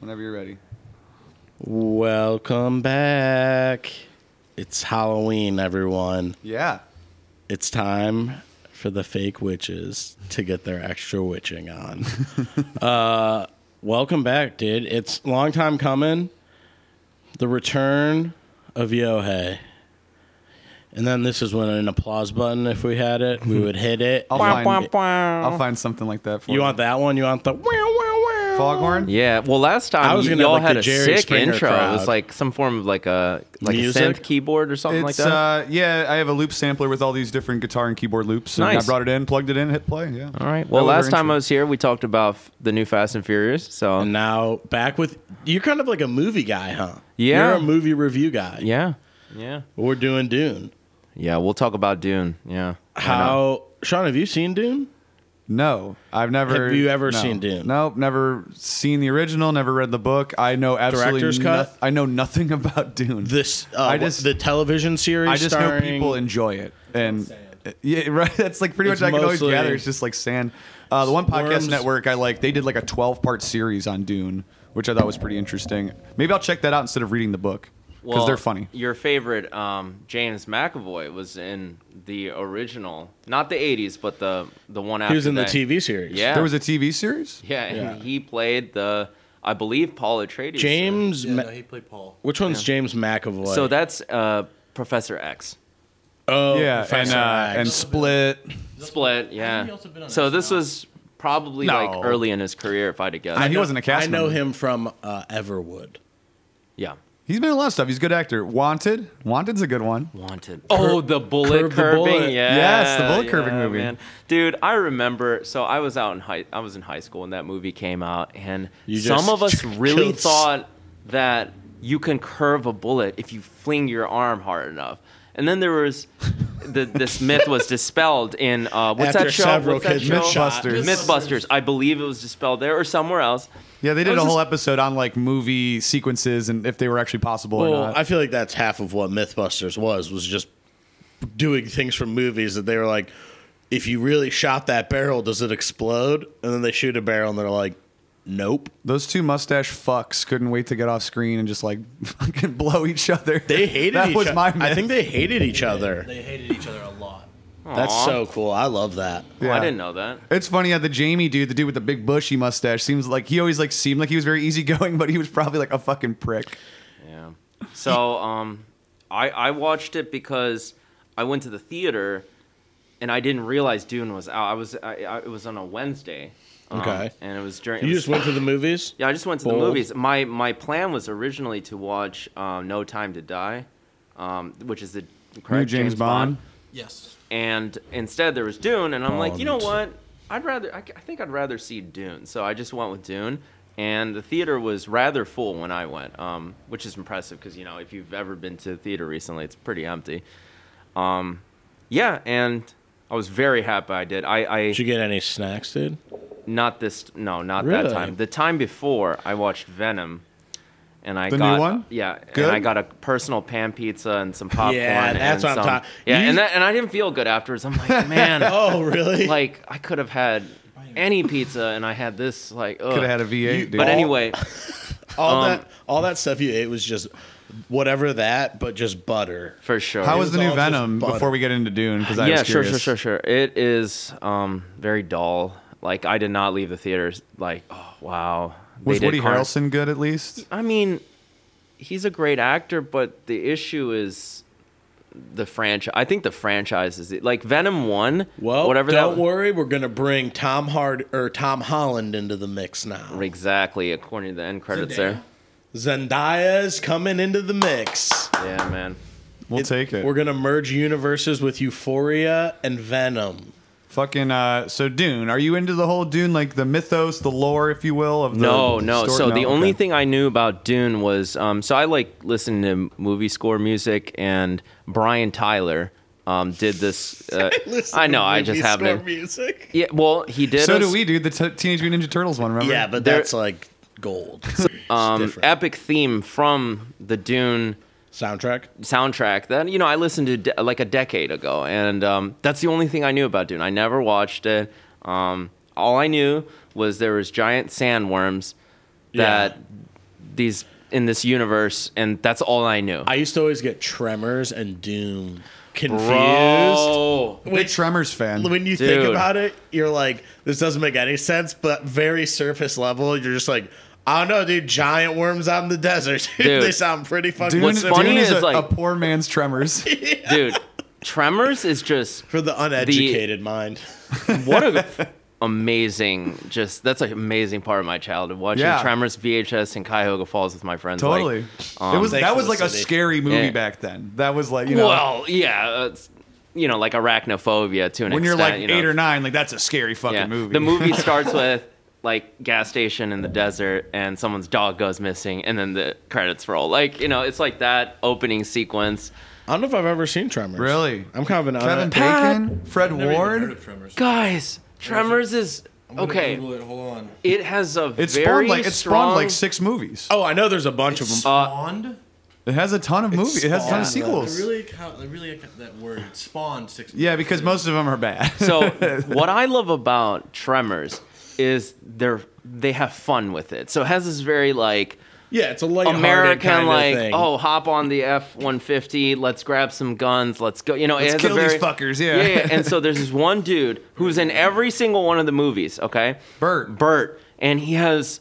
whenever you're ready. Welcome back. It's Halloween, everyone. Yeah. It's time for the fake witches to get their extra witching on. uh, welcome back, dude. It's a long time coming. The return of Yohei. And then this is when an applause button, if we had it, we would hit it. I'll And- find, I'll find something like that for you. Oh. you want that one? You want the wow, wow, wow. Foghorn? Yeah, well, last time I was gonna have, y'all like, had the a Jerry sick Springer intro. It crowd. was like some form of like a like Music? a synth keyboard or something It's like that. uh yeah, I have a loop sampler with all these different guitar and keyboard loops. And I Nice. brought it in, plugged it in, hit play. Yeah. All right. Well, No last other time intro. I was here, we talked about f- the new Fast and Furious. So And now back with you're kind of like a movie guy, huh? Yeah. You're a movie review guy. yeah, yeah, We're doing Dune. yeah. We'll talk about Dune. Yeah. How Sean, have you seen Dune? No, I've never. Have you ever no. seen Dune? Nope, never seen the original. Never read the book. I know absolutely. Director's cut? noth- I know nothing about Dune. This uh, I what- just- the television series. I just know starring, people enjoy it, and yeah, right. That's like pretty It's much I can always mostly- gather. It's just like sand. Uh, the one podcast Worms. network I like, they did like a twelve-part series on Dune, which I thought was pretty interesting. Maybe I'll check that out instead of reading the book because they're funny. Your favorite, um, James McAvoy, was in the original, not the '80s, but the the one after. He was in the that. TV series. Yeah. There was a TV series. Yeah, and Yeah. he played the, I believe, Paul Atreides. James. Ma- no, he played Paul. which one's James McAvoy? So that's uh, Professor X. oh Yeah, and Professor uh, X. and Split. Split, Hasn't he yeah. also been on So SNL? this was probably No. like early in his career, if I had to guess. I- he No, wasn't a cast I know member. him from uh, Everwood. yeah. He's been in a lot of stuff. He's a good actor. Wanted. Wanted's a good one. Wanted. Oh, the bullet curve the curving. bullet. Yeah, Yes, the bullet curving yeah, movie. Dude, I remember. So I was out in high. I was in high school when that movie came out, and You some just of us really killed s- thought that you can curve a bullet if you fling your arm hard enough. And then there was the, this myth was dispelled in uh, what's After that show? several What's that kids show? were shot. Mythbusters. Mythbusters. I believe it was dispelled there or somewhere else. Yeah, they did was a whole just- episode on like movie sequences and if they were actually possible or Well, not. I feel like that's half of what MythBusters was was just doing things from movies that they were like, if you really shot that barrel, does it explode? And then they shoot a barrel and they're like, nope. Those two mustache fucks couldn't wait to get off screen and just like fucking blow each other. They hated that each was o- my. I myth. think they hated each other. They hated each other a lot. That's Aw. so cool. I love that. Oh, Yeah. I didn't know that. It's funny how the Jamie dude, the dude with the big bushy mustache, seems like he always like seemed like he was very easygoing, but he was probably like a fucking prick. Yeah. So um, I I watched it because I went to the theater, and I didn't realize Dune was out. I was I, I, it was on a Wednesday. um, Okay. And it was during. it You was- just went to the movies? yeah, I just went to the Bold. movies. My my plan was originally to watch um, No Time to Die, um, which is the correct James Bond. Yes. and instead there was Dune, and I'm like, you know Bond. what? I'd rather. I, I think I'd rather see Dune, so I just went with Dune. And the theater was rather full when I went, um, which is impressive because you know if you've ever been to the theater recently, it's pretty empty. Um, yeah, and I was very happy I did. I, I Did you get any snacks, dude? not this no not Really? that time. The time before I watched Venom, and I The new got one? yeah, Good? and I got a personal pan pizza and some popcorn. that's and what I'm some- talking- Yeah, You- and that, and I didn't feel good afterwards. I'm like, man, Oh, really? like I could have had any pizza and I had this like ugh. Could have had a V8, dude. But anyway, all um, that all that stuff you ate was just whatever that, but just butter. for sure. How It was the was new all just Venom butter. before we get into Dune? Because I yeah, was sure, curious. sure, sure, sure. It is um very dull. Like I did not leave the theaters like oh wow. They Was did Woody Car- Harrelson good at least? I mean, he's a great actor, but the issue is the franchise. I think the franchise is like Venom One. Well, whatever that don't worry, we're gonna bring Tom Hard or Tom Holland into the mix now. exactly according to the end credits there. Zendaya's coming into the mix. Yeah, man. We'll take it. We're gonna merge universes with Euphoria and Venom. Fucking uh, so Dune. Are you into the whole Dune, like the mythos, the lore, if you will, of the No, no. story? So the No, only okay. thing I knew about Dune was um, so I like listening to movie score music and Brian Tyler um, did this. Uh, Listen I to know. I movie just haven't. score music. Yeah, well, he did. So a do s- we, dude. The t- Teenage Mutant Ninja Turtles one, remember? Yeah, but There- that's like gold. Um, epic theme from the Dune soundtrack. soundtrack that you know I listened to de- like a decade ago, and um, that's the only thing I knew about Dune. I never watched it. Um, all I knew was there was giant sandworms that these in this universe, and that's all I knew. I used to always get Tremors and Doom confused. Bro. Big Tremors fan. When you think Dude. about it, you're like, this doesn't make any sense, but very surface level, you're just like, I don't know, dude. Giant worms out in the desert. Dude. they sound pretty fucking Dune, What's Dune similar funny is, is, a, like- a poor man's Tremors. dude. Tremors is just for the uneducated mind. what a amazing just that's an amazing part of my childhood watching Yeah. Tremors VHS in Cuyahoga Falls with my friends. like, totally. um, it was Thanks that for was the like a city. scary movie Yeah. back then. That was like you know well, yeah, it's, you know, like arachnophobia to an when extent. you're like you know. eight or nine, like that's a scary fucking yeah. movie. The movie starts with like gas station in the desert and someone's dog goes missing and then the credits roll. Like, you know, it's like that opening sequence. I don't know if I've ever seen Tremors. Really? I'm kind of an Kevin une- Pat- Bacon, Fred Never even heard Ward. of Tremors. Guys, Tremors is I'm gonna okay. Google it. Hold on. It has a It very spawned like it strong spawned like six movies. Oh, I know there's a bunch of them. Spawned. It has a ton of movies. It has a ton of spawned- I sequels. really, count, I really count that word spawned six. Yeah, because most of them are bad. So what I love about Tremors is they're they have fun with it. So it has this very like Yeah, it's a lighthearted American kind like of thing. oh hop on the F one fifty let's grab some guns let's go you know Let's it has a kill these very- fuckers, yeah. yeah and so there's this one dude who's in every single one of the movies okay Bert. Bert and he has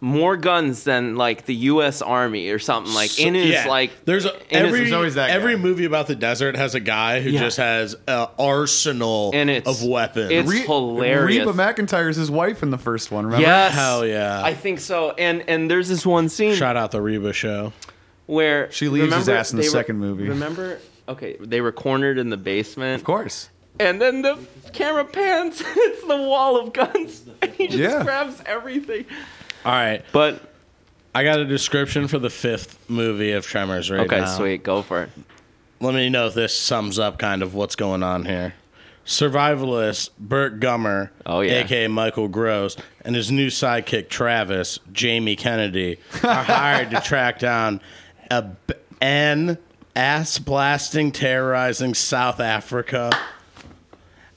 more guns than like the U.S. Army or something like in his Yeah. like there's a, in his- every there's always that guy. every movie about the desert has a guy who Yeah. just has an arsenal And it's- of weapons. it's hilarious. Reba McIntyre's his wife in the first one. Remember? yes Hell yeah. I think so and and there's this one scene Shout out the Reba show. where She leaves his ass in the they were- second movie. Remember? Okay, they were cornered in the basement. Of course. And then the camera pans, and it's the wall of guns, and he just Yeah. grabs everything. All right, But I got a description for the fifth movie of Tremors right okay, now. sweet, go for it. Let me know if this sums up kind of what's going on here. Survivalist Bert Gummer, Oh, yeah. aka Michael Gross, and his new sidekick Travis Jamie Kennedy are hired to track down a b- an ass blasting, terrorizing South Africa.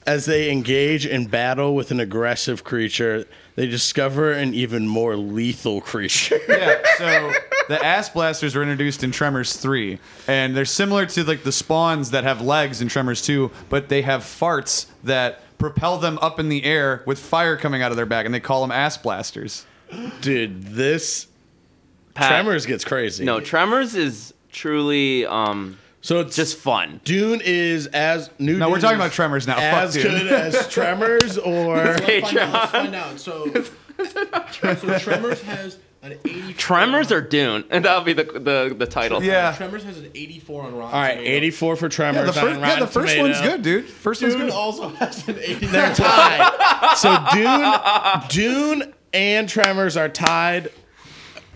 As they engage in battle with an aggressive creature, they discover an even more lethal creature. yeah, so the ass blasters were introduced in Tremors 3, and they're similar to like the spawns that have legs in Tremors 2, but they have farts that propel them up in the air with fire coming out of their back, and they call them ass blasters. Dude, this Pat- Tremors gets crazy. Uh, No, Tremors is truly um so it's just fun. Dune is as new. No, we're Dune talking is about Tremors now. As Fuck, good dude. as Tremors, or Hey, Let's find out. Let's find out. So, so Tremors has an 84. Tremors or Dune, and that'll be the the, the title. Yeah. Tremors has an 84 on Rotten. all right, Tomatoes. eighty-four for Tremors. Yeah, the on first, yeah, Rotten the first one's Tomato. good, dude. First one's Dune good. also has an 84. They're tied. so Dune, Dune, and Tremors are tied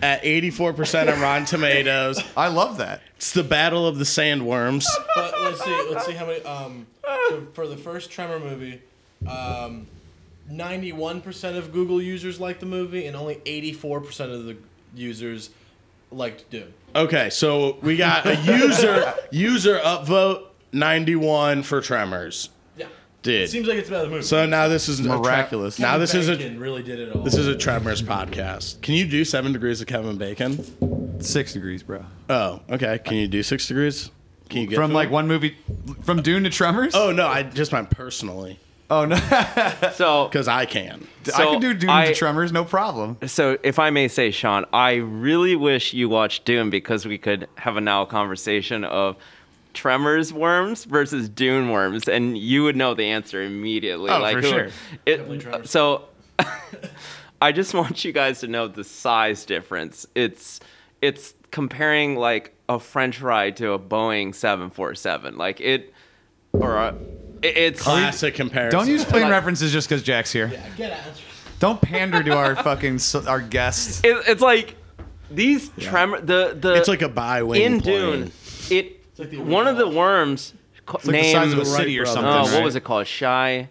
at eighty-four percent on Rotten Tomatoes. I love that. It's the battle of the sandworms. But let's see. Let's see how many. Um, so for the first Tremor movie, um, ninety-one percent of Google users liked the movie, and only eighty-four percent of the users liked Dune. Okay, so we got a user user upvote ninety-one for Tremors, Yeah. dude. It seems like it's about the movie. so now this is a tra- Miraculous. now this is a Bacon really did it all. This is a Tremors podcast. Can you do seven degrees of Kevin Bacon? Six degrees, bro. Oh, okay. Can you do six degrees? Can you get From to like it? one movie, from Dune to Tremors? Oh no, I just meant personally Oh, no. So because I can. I So can do Dune I- to Tremors, no problem. so if I may say, Sean, I really wish you watched Dune because we could have a now conversation of Tremors worms versus Dune worms, and you would know the answer immediately. Oh, like for who- sure. it- Definitely Tremors. so I just want you guys to know the size difference. It's it's comparing like a French fry to a Boeing seven four seven. Like it or a, it- it's Classic comparison. Don't use plain Like- references just because Jack's here. Yeah, get out. Don't pander to our fucking s- our guests. it, it's like these tremor the the It's like a by wing in plane. Dune, it like the one of the Overwatch. worms ca- It's like the size of a named- city or Wright something. brothers. uh, right? what was it called? Shy,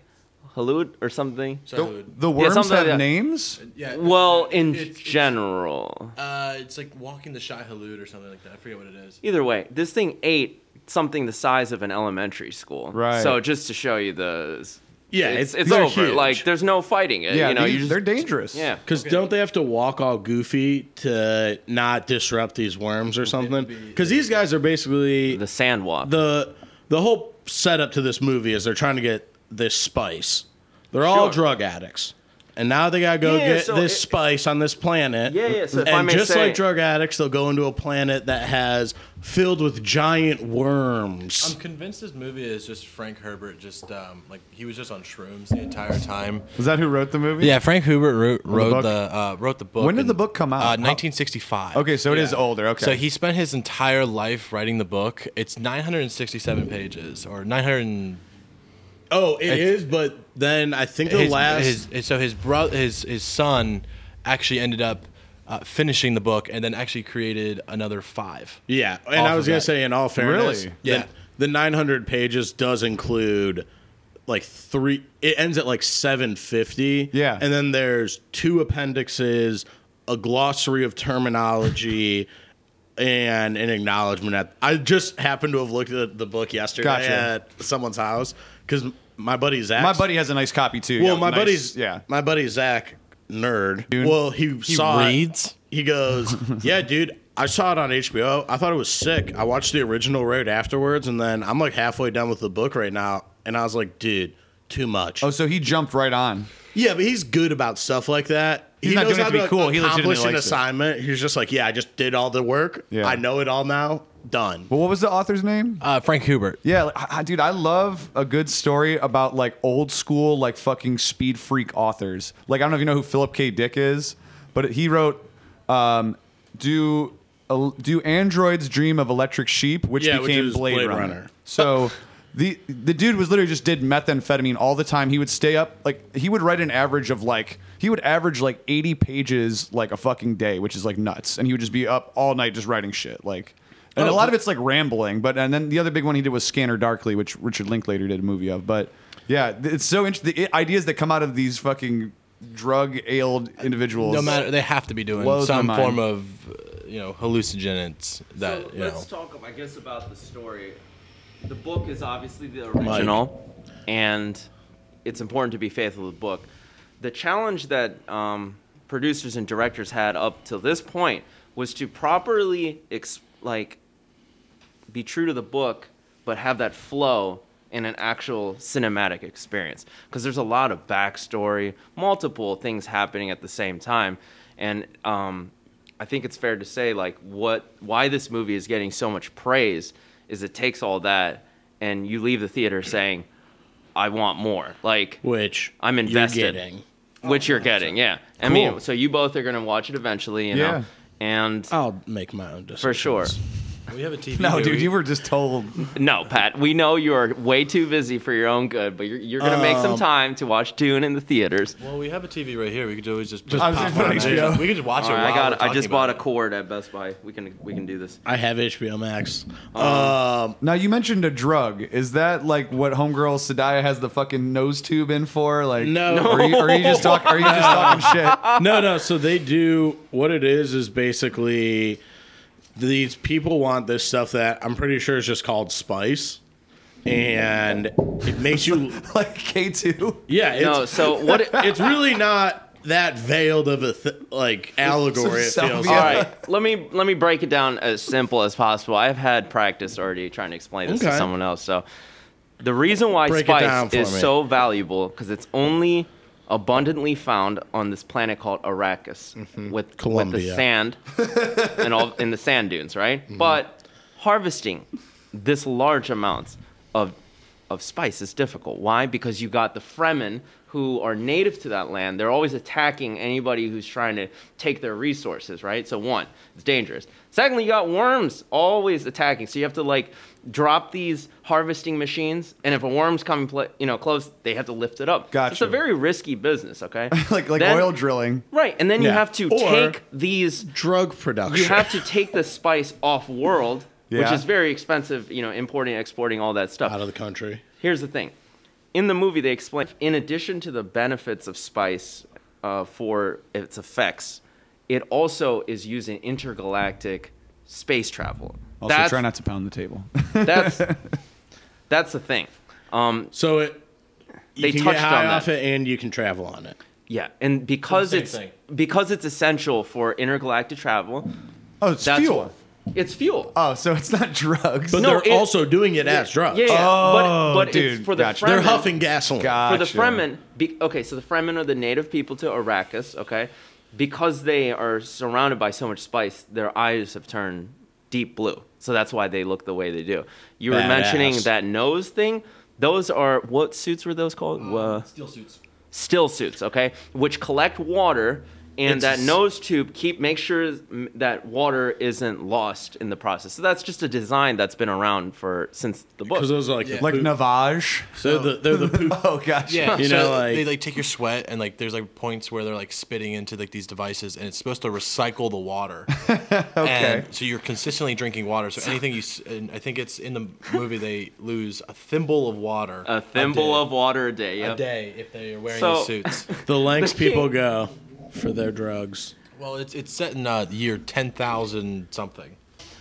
Halud or something. The, So, the worms something have like that. names. yeah. Well, in it's- it's- general, Uh, it's like walking the shy halud or something like that. I forget what it is. either way, this thing ate something the size of an elementary school. Right. So just to show you the Yeah, it's, it's- it's they're over. huge. Like there's no fighting it. Yeah, you know, these- you just, they're dangerous. yeah. Because don't they have to walk all goofy to not disrupt these worms or something? Because these guys are basically The sand walk. the the whole setup to this movie is they're trying to get this spice. They're all Sure. drug addicts, and now they gotta go Yeah, get so this it- spice on this planet. Yeah, yeah, so if and I may just say- like drug addicts, they'll go into a planet that has filled with giant worms. I'm convinced this movie is just Frank Herbert, just um, like he was just on shrooms the entire time. Is that who wrote the movie? Yeah, Frank Herbert wrote, book? wrote the, uh, wrote the book. When did in, the book come out? Uh, 1965. Okay, so it is older. Okay. So he spent his entire life writing the book. It's 967 pages, or 900. and- Oh, it It's- is, but then I think the his, last his- his- so his brother, his his son, actually ended up uh, finishing the book, and then actually created another five. Yeah, and off I was of gonna that. say, in all fairness, Really? yeah, Yeah. the, 900 pages does include like three. It ends at like 750. Yeah. and then there's two appendixes, a glossary of terminology. And an acknowledgement at. I just happened to have looked at the book yesterday Gotcha. at someone's house because my buddy Zach. my buddy has a nice copy too. Well, Yeah, my nice- buddy's yeah. My buddy Zach, nerd. well, he, saw it. reads? He goes, yeah, dude. I saw it on HBO. I thought it was sick. I watched the original right afterwards, and then I'm like halfway done with the book right now, and I was like, dude, too much. Oh, so he jumped right on. yeah, but he's good about stuff like that. He's not doing it to be cool. He legitimately accomplish an likes it. assignment. He's just like, yeah, I just did all the work. Yeah. I know it all now. Done. Well, what was the author's name? Uh, Frank Hubert. Yeah, like, I, I- dude, I love a good story about like old school, like fucking speed freak authors. Like I don't know if you know who Philip K. Dick is, but he wrote um, "Do uh, Do Androids Dream of Electric Sheep," which Yeah, which became is Blade, Blade Runner. Runner. So. The, the dude was literally just did methamphetamine all the time. He would stay up like he would write an average of like he would average like 80 pages like a fucking day, which is like nuts. And he would just be up all night just writing shit like and Oh, a lot of it's like rambling, but and then the other big one he did was Scanner Darkly, which Richard Linklater did a movie of. But yeah, th- it's so interesting. The i- ideas that come out of these fucking drug-ailed individuals. No matter, they have to be doing Blows my some mind. form of, uh, you know, hallucinogens that so you know. let's talk, I guess, about the story. The book is obviously the original, and it's important to be faithful to the book. The challenge that um, producers and directors had up till this point was to properly ex- like be true to the book, but have that flow in an actual cinematic experience. Because there's a lot of backstory, multiple things happening at the same time, and um, I think it's fair to say like what why this movie is getting so much praise is it takes all that and you leave the theater saying, "I want more." Like Which I'm you're invested. getting. Which you're getting, yeah. I mean, so you both are gonna watch it eventually, you Yeah. know, and I'll make my own decisions. for sure. We have a TV. No, here. dude, We- you were just told. No, Pat, we know you are way too busy for your own good, but you're, you're going to make Um, some time to watch Dune in the theaters. Well, we have a TV right here. We could always just, I was gonna pop put on it on HBO. there. We could just watch All it. right, I while we're got. I talking just bought a about it. cord at Best Buy. We can we can do this. I have HBO Max. Um, Uh, Now you mentioned a drug. Is that like what homegirl Sadaya has the fucking nose tube in for? Like No. Or are you, are you just talking? Are you just talking shit? no, no. So they do what it is is basically these people want this stuff that I'm pretty sure is just called spice, and it makes you Like K two. yeah. It's, No, so what? it- it's really not that veiled of a th- like allegory. It Some feels salvia. all like. right, let me let me break it down as simple as possible. I've had practice already trying to explain this Okay. to someone else. So the reason why Break it down for spice is me. so valuable because it's only abundantly found on this planet called Arrakis with with Mm-hmm. Colombia. Mm-hmm. the sand and all in the sand dunes, right? But harvesting this large amounts of of spice is difficult. Why? Because you got the Fremen who are native to that land. They're always attacking anybody who's trying to take their resources, right? So one, it's dangerous. Secondly, you got worms always attacking. So you have to like drop these harvesting machines, and if a worm's coming, pla you know, close, they have to lift it up. So it's Gotcha. a very risky business, okay? Like like Then- oil drilling. Right, and then you Yeah. have to Or- take these Drug production. you have to take the spice off world, which Yeah. Uh. is very expensive, you know, importing, exporting, all that stuff. out of the country. Here's the thing. In the movie, they explain, in addition to the benefits of spice uh, for its effects, it also is used in intergalactic space travel. Also, that's, try not to pound the table. that's, that's the thing. Um, So it You they can touched get high on that. off it and you can travel on it. Yeah, and because same it's thing. because it's essential for intergalactic travel, Oh, it's That's fuel. what- it's fuel. Oh, so it's not drugs. But No, they're it- also doing it as drugs. Yeah, yeah, Oh, but, but dude, it's for the gotcha. They're Fremen. huffing gasoline. God. for the Gotcha. Fremen, be, okay, so the Fremen are the native people to Arrakis, okay? Because they are surrounded by so much spice, their eyes have turned deep blue. So that's why they look the way they do. You were mentioning Badass. that nose thing. Those are what suits were those called? Uh, Steel suits. still suits, okay? Which collect water and It's- that nose tube keep make sure mm, that water isn't lost in the process. So that's just a design that's been around for since the book. Because those are like Yeah. the like poop- Navage. they're the they're the poop Oh gosh. Yeah, You so know, like- they like take your sweat and like there's like points where they're like spitting into like these devices and it's supposed to recycle the water. okay. And so you're consistently drinking water. So anything you, s- and I think it's in the movie they lose a thimble of water. a thimble day- of water a day. Yep. a day if they are wearing So- the suits. the lengths The king. people go for their drugs. well, it's it's set in uh, the year ten thousand something.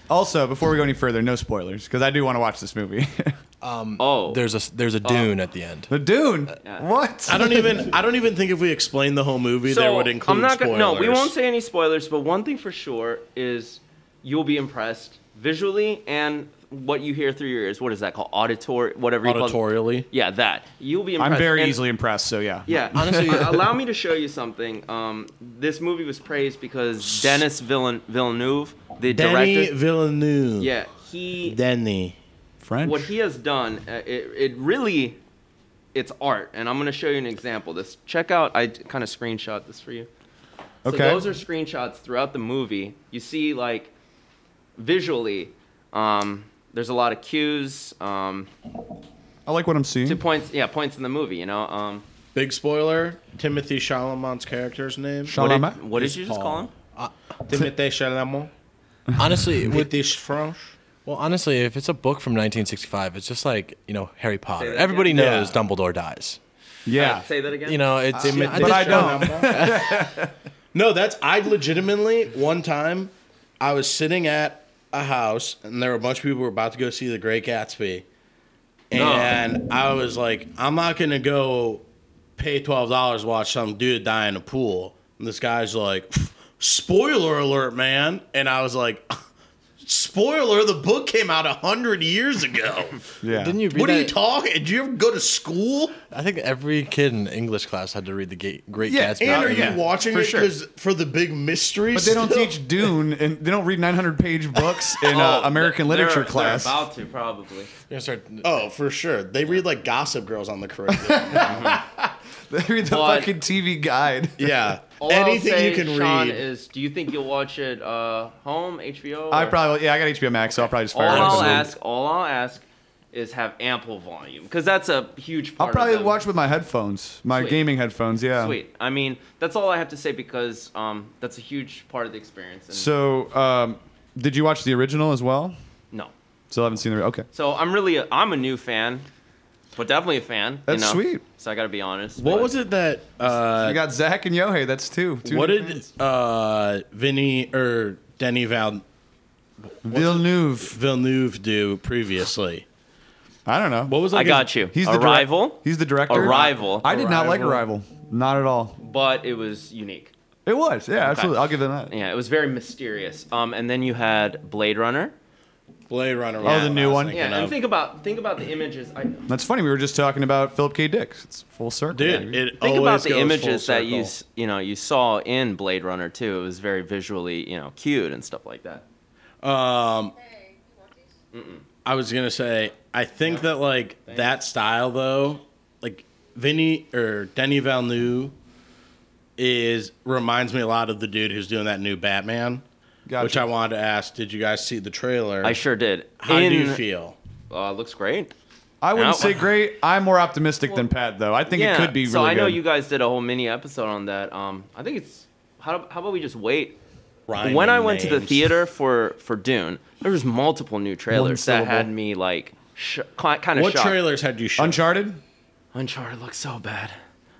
Also, before we go any further, no spoilers because I do want to watch this movie. Oh, There's a s- there's a dune at the end. the Uh, Dune. What? I don't even I don't even think if we explained the whole movie there would include I'm not spoilers. gonna- No, we won't say any spoilers, but one thing for sure is you'll be impressed visually and what you hear through your ears. What is that called? Auditory, whatever you call it. auditorially. Yeah, that. You'll be impressed. I'm very And- easily impressed. So yeah. Yeah, honestly, allow me to show you something. Um, this movie was praised because Dennis Villen- Villeneuve, the Denny director, Villeneuve. yeah, he Denny. French. what he has done, uh, it, it really, it's art, and I'm gonna show you an example. of This check out. I kind of screenshot this for you. So Okay. those are screenshots throughout the movie. You see, like, visually, um, there's a lot of cues, um, I like what I'm seeing. to points, yeah, points in the movie. You know, um, Big spoiler, Timothy Chalamet's character's name. Chal- what did, Chalamet? what did It's you just Paul. call him? Timothy Chalamet. Honestly, with British French. well, honestly, if it's a book from 1965, it's just like you know Harry Potter. that Everybody again. knows Yeah. Dumbledore dies. yeah. Say that again. You know, it's Timothy But I just- don't. Chalamet. no, that's I legitimately one time I was sitting at a house and there were a bunch of people who were about to go see The Great Gatsby. And I was like, I'm not gonna go pay twelve dollars to watch some dude die in a pool. And this guy's like, spoiler alert, man. And I was like, spoiler, the book came out a hundred years ago. Yeah. Didn't you read what are you that- talking? Did you ever go to school? I think every kid in English class had to read the Ga- Great Yeah, Gatsby. And are Yeah, you watching for it sure. 'cause- for the big mystery? But they don't still? teach Dune, and they don't read 900-page books in Oh, uh, American they're- literature they're class. about to probably. You're gonna start- Oh, for sure. They read like Gossip Girls on the curriculum. they read the But- fucking TV guide. yeah, All anything I'll say, you can Sean, read. is do you think you'll watch it uh, home HBO? I or- probably yeah. I got HBO Max, so I'll probably just all fire it up. I'll and- ask. All I'll ask is have ample volume because that's a huge part. I'll probably of the- watch with my headphones, my Sweet. gaming headphones. Yeah. Sweet. I mean, that's all I have to say because um, that's a huge part of the experience. And So, um, did you watch the original as well? no, Still haven't seen the okay. so I'm really a, I'm a new fan, but definitely a fan. That's you know? sweet. So I got to be honest. what but- was it that? Uh, You got Zach and Yohei. That's two. two what new did fans. uh, Vinny or Denny Val- Villeneuve? Villeneuve do previously? I don't know. What was I got you. He's the direct- Arrival. He's the director. Arrival. I did not like Arrival. Arrival. Not at all. but it was unique. It was. Yeah, absolutely. I'll give them that. Yeah, it was very mysterious. Um, and then you had Blade Runner. Blade Runner. Oh, the new one. Yeah, and think about think about the images. I, That's funny. We were just talking about Philip K. Dick. It's full circle. Dude, baby. it think about always the goes images full that you circle. s- you know you saw in Blade Runner too. It was very visually you know cute and stuff like that. Um, I was gonna say, I think that like that style though, like Vinny or Denny Valneu is reminds me a lot of the dude who's doing that new Batman. Gotcha. Which I wanted to ask, did you guys see the trailer? I sure did. How do you In- feel? Uh, looks great. I wouldn't Out. say great. I'm more optimistic than Pat, though. I think it could be really so I know good. you guys did a whole mini episode on that. Um, I think it's how, how about we just wait? Rhyming when I went to the names. theater for for Dune, there was multiple new trailers that syllable. had me like sh- kind of what shocked. trailers had you shown? Uncharted. Uncharted looks so bad.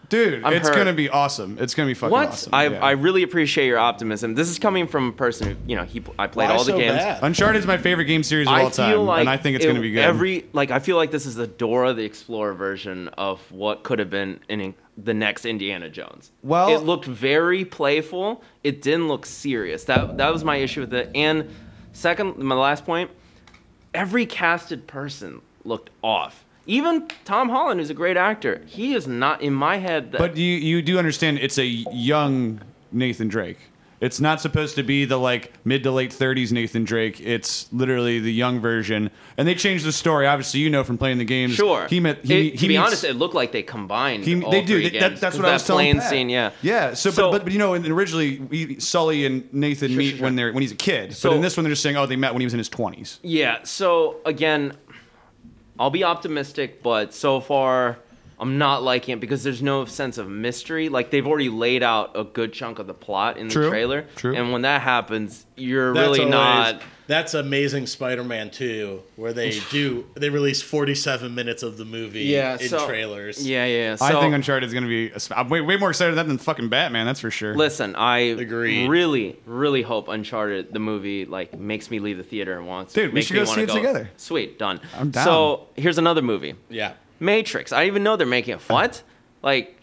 Dude, I'm it's hurt. gonna be awesome. It's gonna be fucking What? awesome. I, yeah. I really appreciate your optimism. This is coming from a person who, you know, he pl- I played Why all the so games. bad? Uncharted's my favorite game series of I all feel time, like and I think it's it- gonna be good. Every like I feel like this is the Dora the Explorer version of what could have been in, in- the next Indiana Jones. Well- it looked very playful. It didn't look serious. That that was my issue with it. And second, my last point, every casted person looked off. Even Tom Holland, who's a great actor, he is not in my head. That, But you you do understand it's a young Nathan Drake. It's not supposed to be the like mid to late thirties Nathan Drake. It's literally the young version, and they changed the story. Obviously, you know from playing the games. Sure. he met. He, he It- to be meets- honest, it looked like they combined. He, all they do. three They, that, games, that's 'cause what I that was telling plane Pat. scene. Yeah. Yeah. So, So- but, but, but you know, and originally we, Sully and Nathan meet sure, when sure. they're when he's a kid. So- but in this one, they're just saying, oh, they met when he was in his twenties. Yeah. So again, I'll be optimistic, but so far I'm not liking it because there's no sense of mystery. Like they've already laid out a good chunk of the plot in the True, trailer, true. and when that happens, you're That's really always- not. That's Amazing Spider-Man 2, where they do they release 47 minutes of the movie Yeah. in so- trailers. Yeah, yeah. So, I think Uncharted is going to be. a- I'm way, way more excited about that than fucking Batman. That's for sure. Listen, I Agreed. really, really hope Uncharted the movie like makes me leave the theater and wants. Dude, we makes should me go see wanna it together. Sweet, done. I'm down. So here's another movie. Yeah. Matrix. I didn't even know they're making it. What? Like,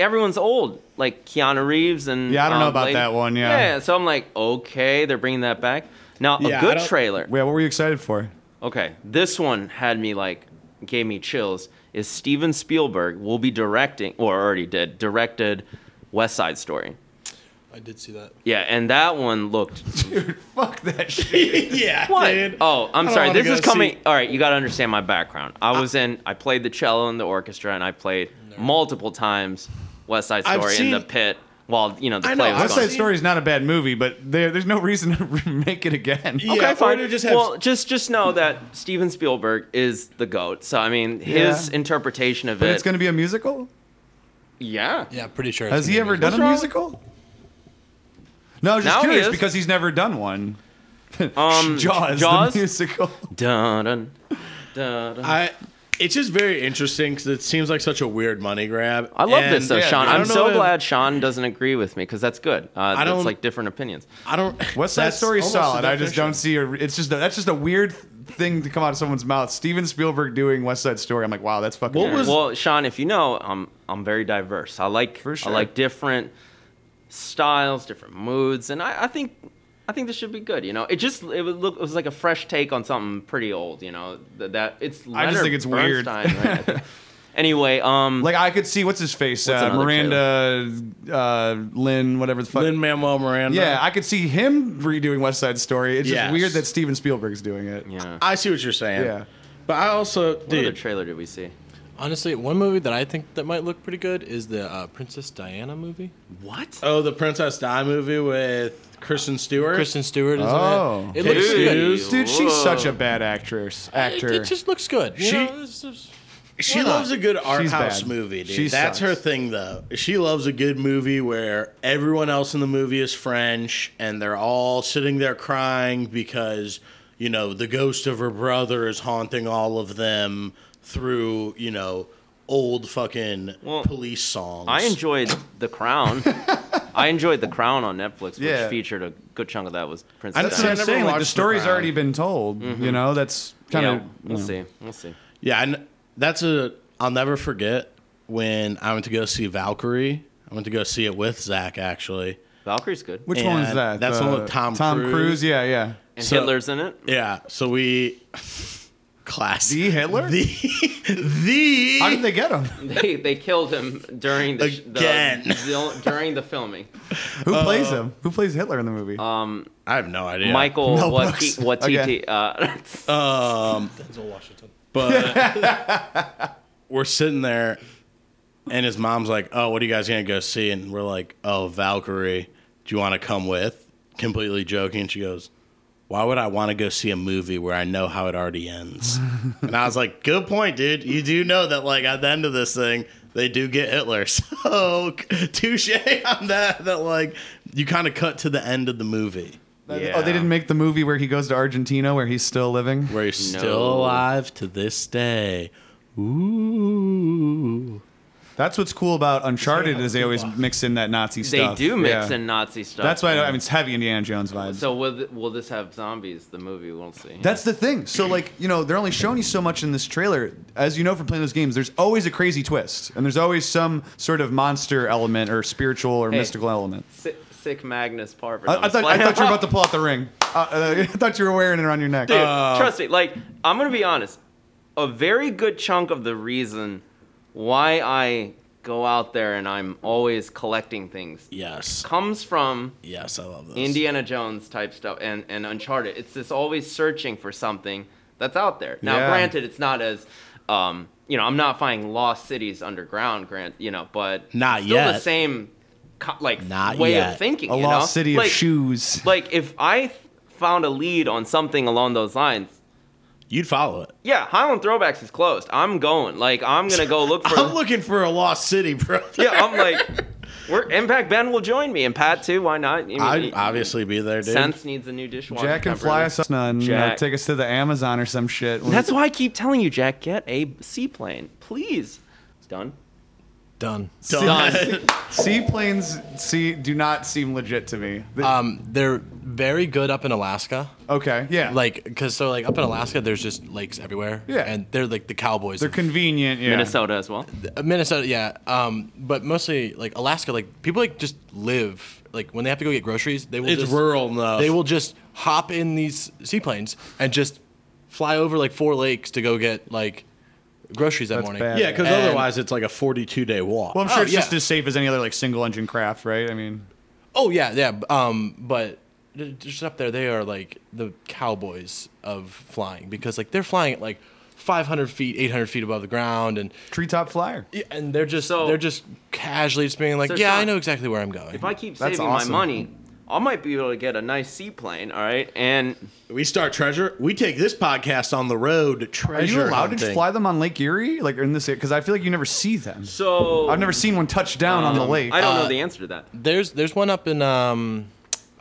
everyone's old. Like Keanu Reeves and Yeah, I don't know um, about Blade- that one, yeah. yeah. So I'm like, okay, they're bringing that back. Now Yeah, a I good don't- trailer. yeah, what were you excited for? Okay, this one had me like, gave me chills. Is Steven Spielberg will be directing, or already did directed West Side Story. I did see that. Yeah, and that one looked Dude, fuck that shit. yeah, What? dude. Oh, I'm I don't sorry. wanna This is go coming. see- All right, you got to understand my background. I was in. I played the cello in the orchestra, and I played multiple times West Side I've Story in the seen- pit while you know the I know, play I've was West Side going. seen- Story is not a bad movie, but there, there's no reason to make it again. Yeah. okay, or fine. to just have- well, just just know that Steven Spielberg is the goat. So I mean, his Yeah. interpretation of But it. it's going to be a musical? yeah. Yeah, pretty sure. it's Has he gonna be ever good. done a wrong? musical? No, I was just Now he curious is. because he's never done one. Um, Jaws, Jaws? the musical. Dun dun dun. dun. I It's just very interesting because it seems like such a weird money grab. I love And this though, yeah, Sean. I I'm don't know so if- glad Sean doesn't agree with me because that's good. Uh, I don't- It's like different opinions. I don't. West Side that's Story is almost the solid. I just definition. don't see a. It's just a, that's just a weird thing to come out of someone's mouth. Steven Spielberg doing West Side Story. I'm like, wow, that's fucking. What weird. was- well, Sean, if you know, I'm I'm very diverse. I like For sure. I like different styles, different moods, and I, I think I think this should be good. You know, it just it was look it was like a fresh take on something pretty old. You know that, that it's I just Leonard think it's weird. Bernstein, right? I think. anyway, um, like I could see what's his face, What's uh, another Miranda, uh, Lynn, whatever the fuck. Lin Manuel Miranda. yeah, I could see him redoing West Side Story. It's Yes. just weird that Steven Spielberg's doing it. yeah. I see what you're saying. Yeah. But I also What other dude. trailer did we see? Honestly, one movie that I think that might look pretty good is the uh, Princess Diana movie. What? oh, the Princess Di movie with Kristen Stewart. Kristen Stewart is Oh. in it. It looks Dude. good. Dude, she's Whoa. such a bad actress. Actor. It, it just looks good. You She- know, it's just- She Why not? loves a good art She's house bad. movie, dude. She That's sucks. her thing, though. She loves a good movie where everyone else in the movie is French and they're all sitting there crying because, you know, the ghost of her brother is haunting all of them through, you know, old fucking Well, police songs. I enjoyed The Crown. I enjoyed The Crown on Netflix, which yeah. featured a good chunk of that was Princess. That's I what Diana. I'm never saying. Like the watched The story's Crown. already been told. Mm-hmm. You know, that's kind yeah, of. we'll see. We'll see. Yeah, and that's a I'll never forget when I went to go see Valkyrie. I went to go see it with Zach actually. Valkyrie's good. Which And one is that? Uh, that's the one with Tom Cruise. Yeah, yeah. And so- Hitler's in it. Yeah, so we class The Hitler? the the How did they get him? They they killed him during the, sh- Again. the zil- during the filming. Who plays Uh, him? Who plays Hitler in the movie? I have no idea. Michael No what books. what Okay. uh, Um, Denzel Washington. but we're sitting there, and his mom's like, "Oh, what are you guys gonna go see?" And we're like, "Oh, Valkyrie. Do you want to come with?" Completely joking. And she goes, "Why would I want to go see a movie where I know how it already ends?" and I was like, "Good point, dude. You do know that like at the end of this thing." They do get Hitler, so touche on that. That like you kind of cut to the end of the movie Oh, they didn't make the movie where he goes to Argentina where he's still living? where he's No. still alive to this day. Ooh. That's what's cool about Uncharted is they always mix in that Nazi They stuff. do mix Yeah. in Nazi stuff. That's why I, I mean it's heavy Indiana Jones vibes. So will, th- will this have zombies? The movie we'll see. That's the thing. So like you know they're only showing you so much in this trailer. As you know from playing those games, there's always a crazy twist, and there's always some sort of monster element or spiritual or Hey. mystical element. sick, sick Magnus Parker. I, I thought, I thought you were about to pull out the ring. Uh, uh, I thought you were wearing it around your neck. Dude, Uh, trust me. Like, I'm gonna be honest. A very good chunk of the reason why I go out there and I'm always collecting things Yes. comes from Yes, I love this. Indiana Jones type stuff and, and Uncharted. It's this always searching for something that's out there. Now, Yeah. granted, it's not as um, you know, I'm not finding lost cities underground, Grant. You know, but Not still the yet. same co- like Not way yet. of thinking. a you lost know? city like, of shoes. Like if I found a lead on something along those lines, You'd follow it. yeah, Highland Throwbacks is closed. I'm going. Like I'm gonna go look for. I'm looking for a lost city, bro. yeah, I'm like, we're Impact Ben will join me and Pat too. Why not? I mean, I'd obviously be there, dude. Sense needs a new dishwasher. Jack can fly temporarily. us none. Jack. uh, Take us to the Amazon or some shit. That's why I keep telling you, Jack, get a seaplane, please. It's done. Done. Done. Seaplanes see do not seem legit to me. They- Um, they're very good up in Alaska. okay, yeah, Like, cause so like up in Alaska, there's just lakes everywhere. Yeah. And they're like the cowboys. they're of- convenient. Yeah. Minnesota as well. Uh, Minnesota, yeah. Um, but mostly like Alaska, like people like just live. Like when they have to go get groceries, they will. it's just, rural enough. They will just hop in these seaplanes and just fly over like four lakes to go get like groceries that That's morning. bad. yeah, because And- otherwise it's like a 42 day walk. Well, I'm sure Oh, it's just yeah. as safe as any other like single engine craft, right? I mean, Oh yeah, yeah. b- Um, but they're just up there, they are like the cowboys of flying because like they're flying at like 500 feet, 800 feet above the ground, and treetop flyer. yeah, and they're just So- they're just casually just being like, So, yeah, I Sean, know exactly where I'm going. If I keep That's saving awesome. my money, I might be able to get a nice seaplane. All right, and we start treasure. We take this podcast on the road to Are treasure. you allowed to hunting. just fly them on Lake Erie, like in this? Because I feel like you never see them. so I've never seen one touch down on the lake. Uh, Um, I don't know the answer to that. There's there's one up in um,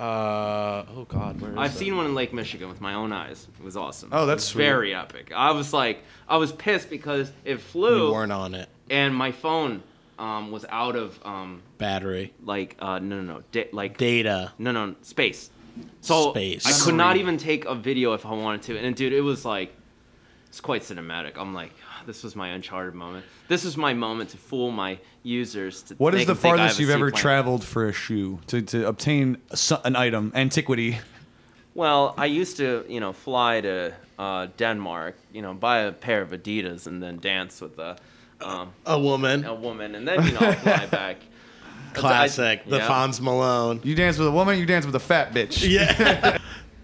uh, oh god, where is I've it? seen one in Lake Michigan with my own eyes. It was awesome. Oh, It that's was sweet. very epic. I was like, I was pissed because it We flew weren't on it. and my phone um, was out of um, Battery, like uh, no no no da- like data. no no space. So Space. I could not Memory. even take a video if I wanted to. And dude, it was like it's quite cinematic. I'm like, this was my uncharted moment. This was my moment to fool my users. To What make is the them think I farthest have a you've ever seaplane. traveled for a shoe to, to obtain so- an item, antiquity? Well, I used to, you know, fly to uh, Denmark, you know, buy a pair of Adidas and then dance with a, um, A woman. a woman, and then you know, I'll fly back. Classic. the yeah. Fonz Malone. You dance with a woman, you dance with a fat bitch. Um,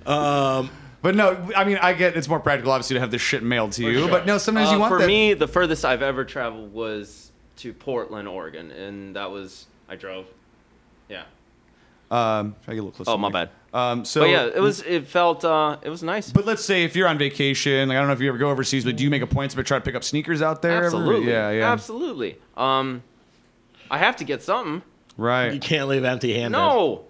Yeah. But no, I mean, I get it's more practical, obviously, to have this shit mailed to you. sure. But no, sometimes Uh, you want for that. me, the furthest I've ever traveled was to Portland, Oregon, and that was I drove. Yeah. um, try to get a little closer Oh, to my me. bad. Um, so But yeah, it was. It felt. Uh, it was nice. But let's say if you're on vacation, like I don't know if you ever go overseas, but do you make a point to try to pick up sneakers out there? ever? Absolutely. Yeah, yeah. Absolutely. Um, I have to get something. you Right. can't leave empty handed. No.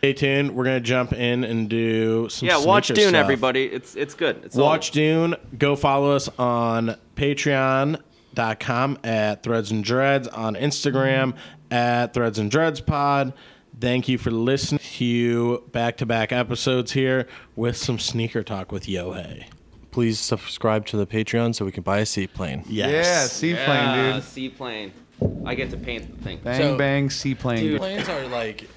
Stay tuned. We're going to jump in and do some Yeah. Watch sneaker Dune, stuff. everybody. It's it's good. It's all- Watch Dune. Go follow us on patreon.com at Threads and Dreads, on Instagram at Threads and Dreads Pod. Thank you for listening to back to back episodes here with some sneaker talk with Yohei. Please subscribe to the Patreon so we can buy a seaplane. Yeah, Yes. seaplane, Yeah, dude. Seaplane. I get to paint the thing. Bang So- bang seaplane. Dude. Planes are like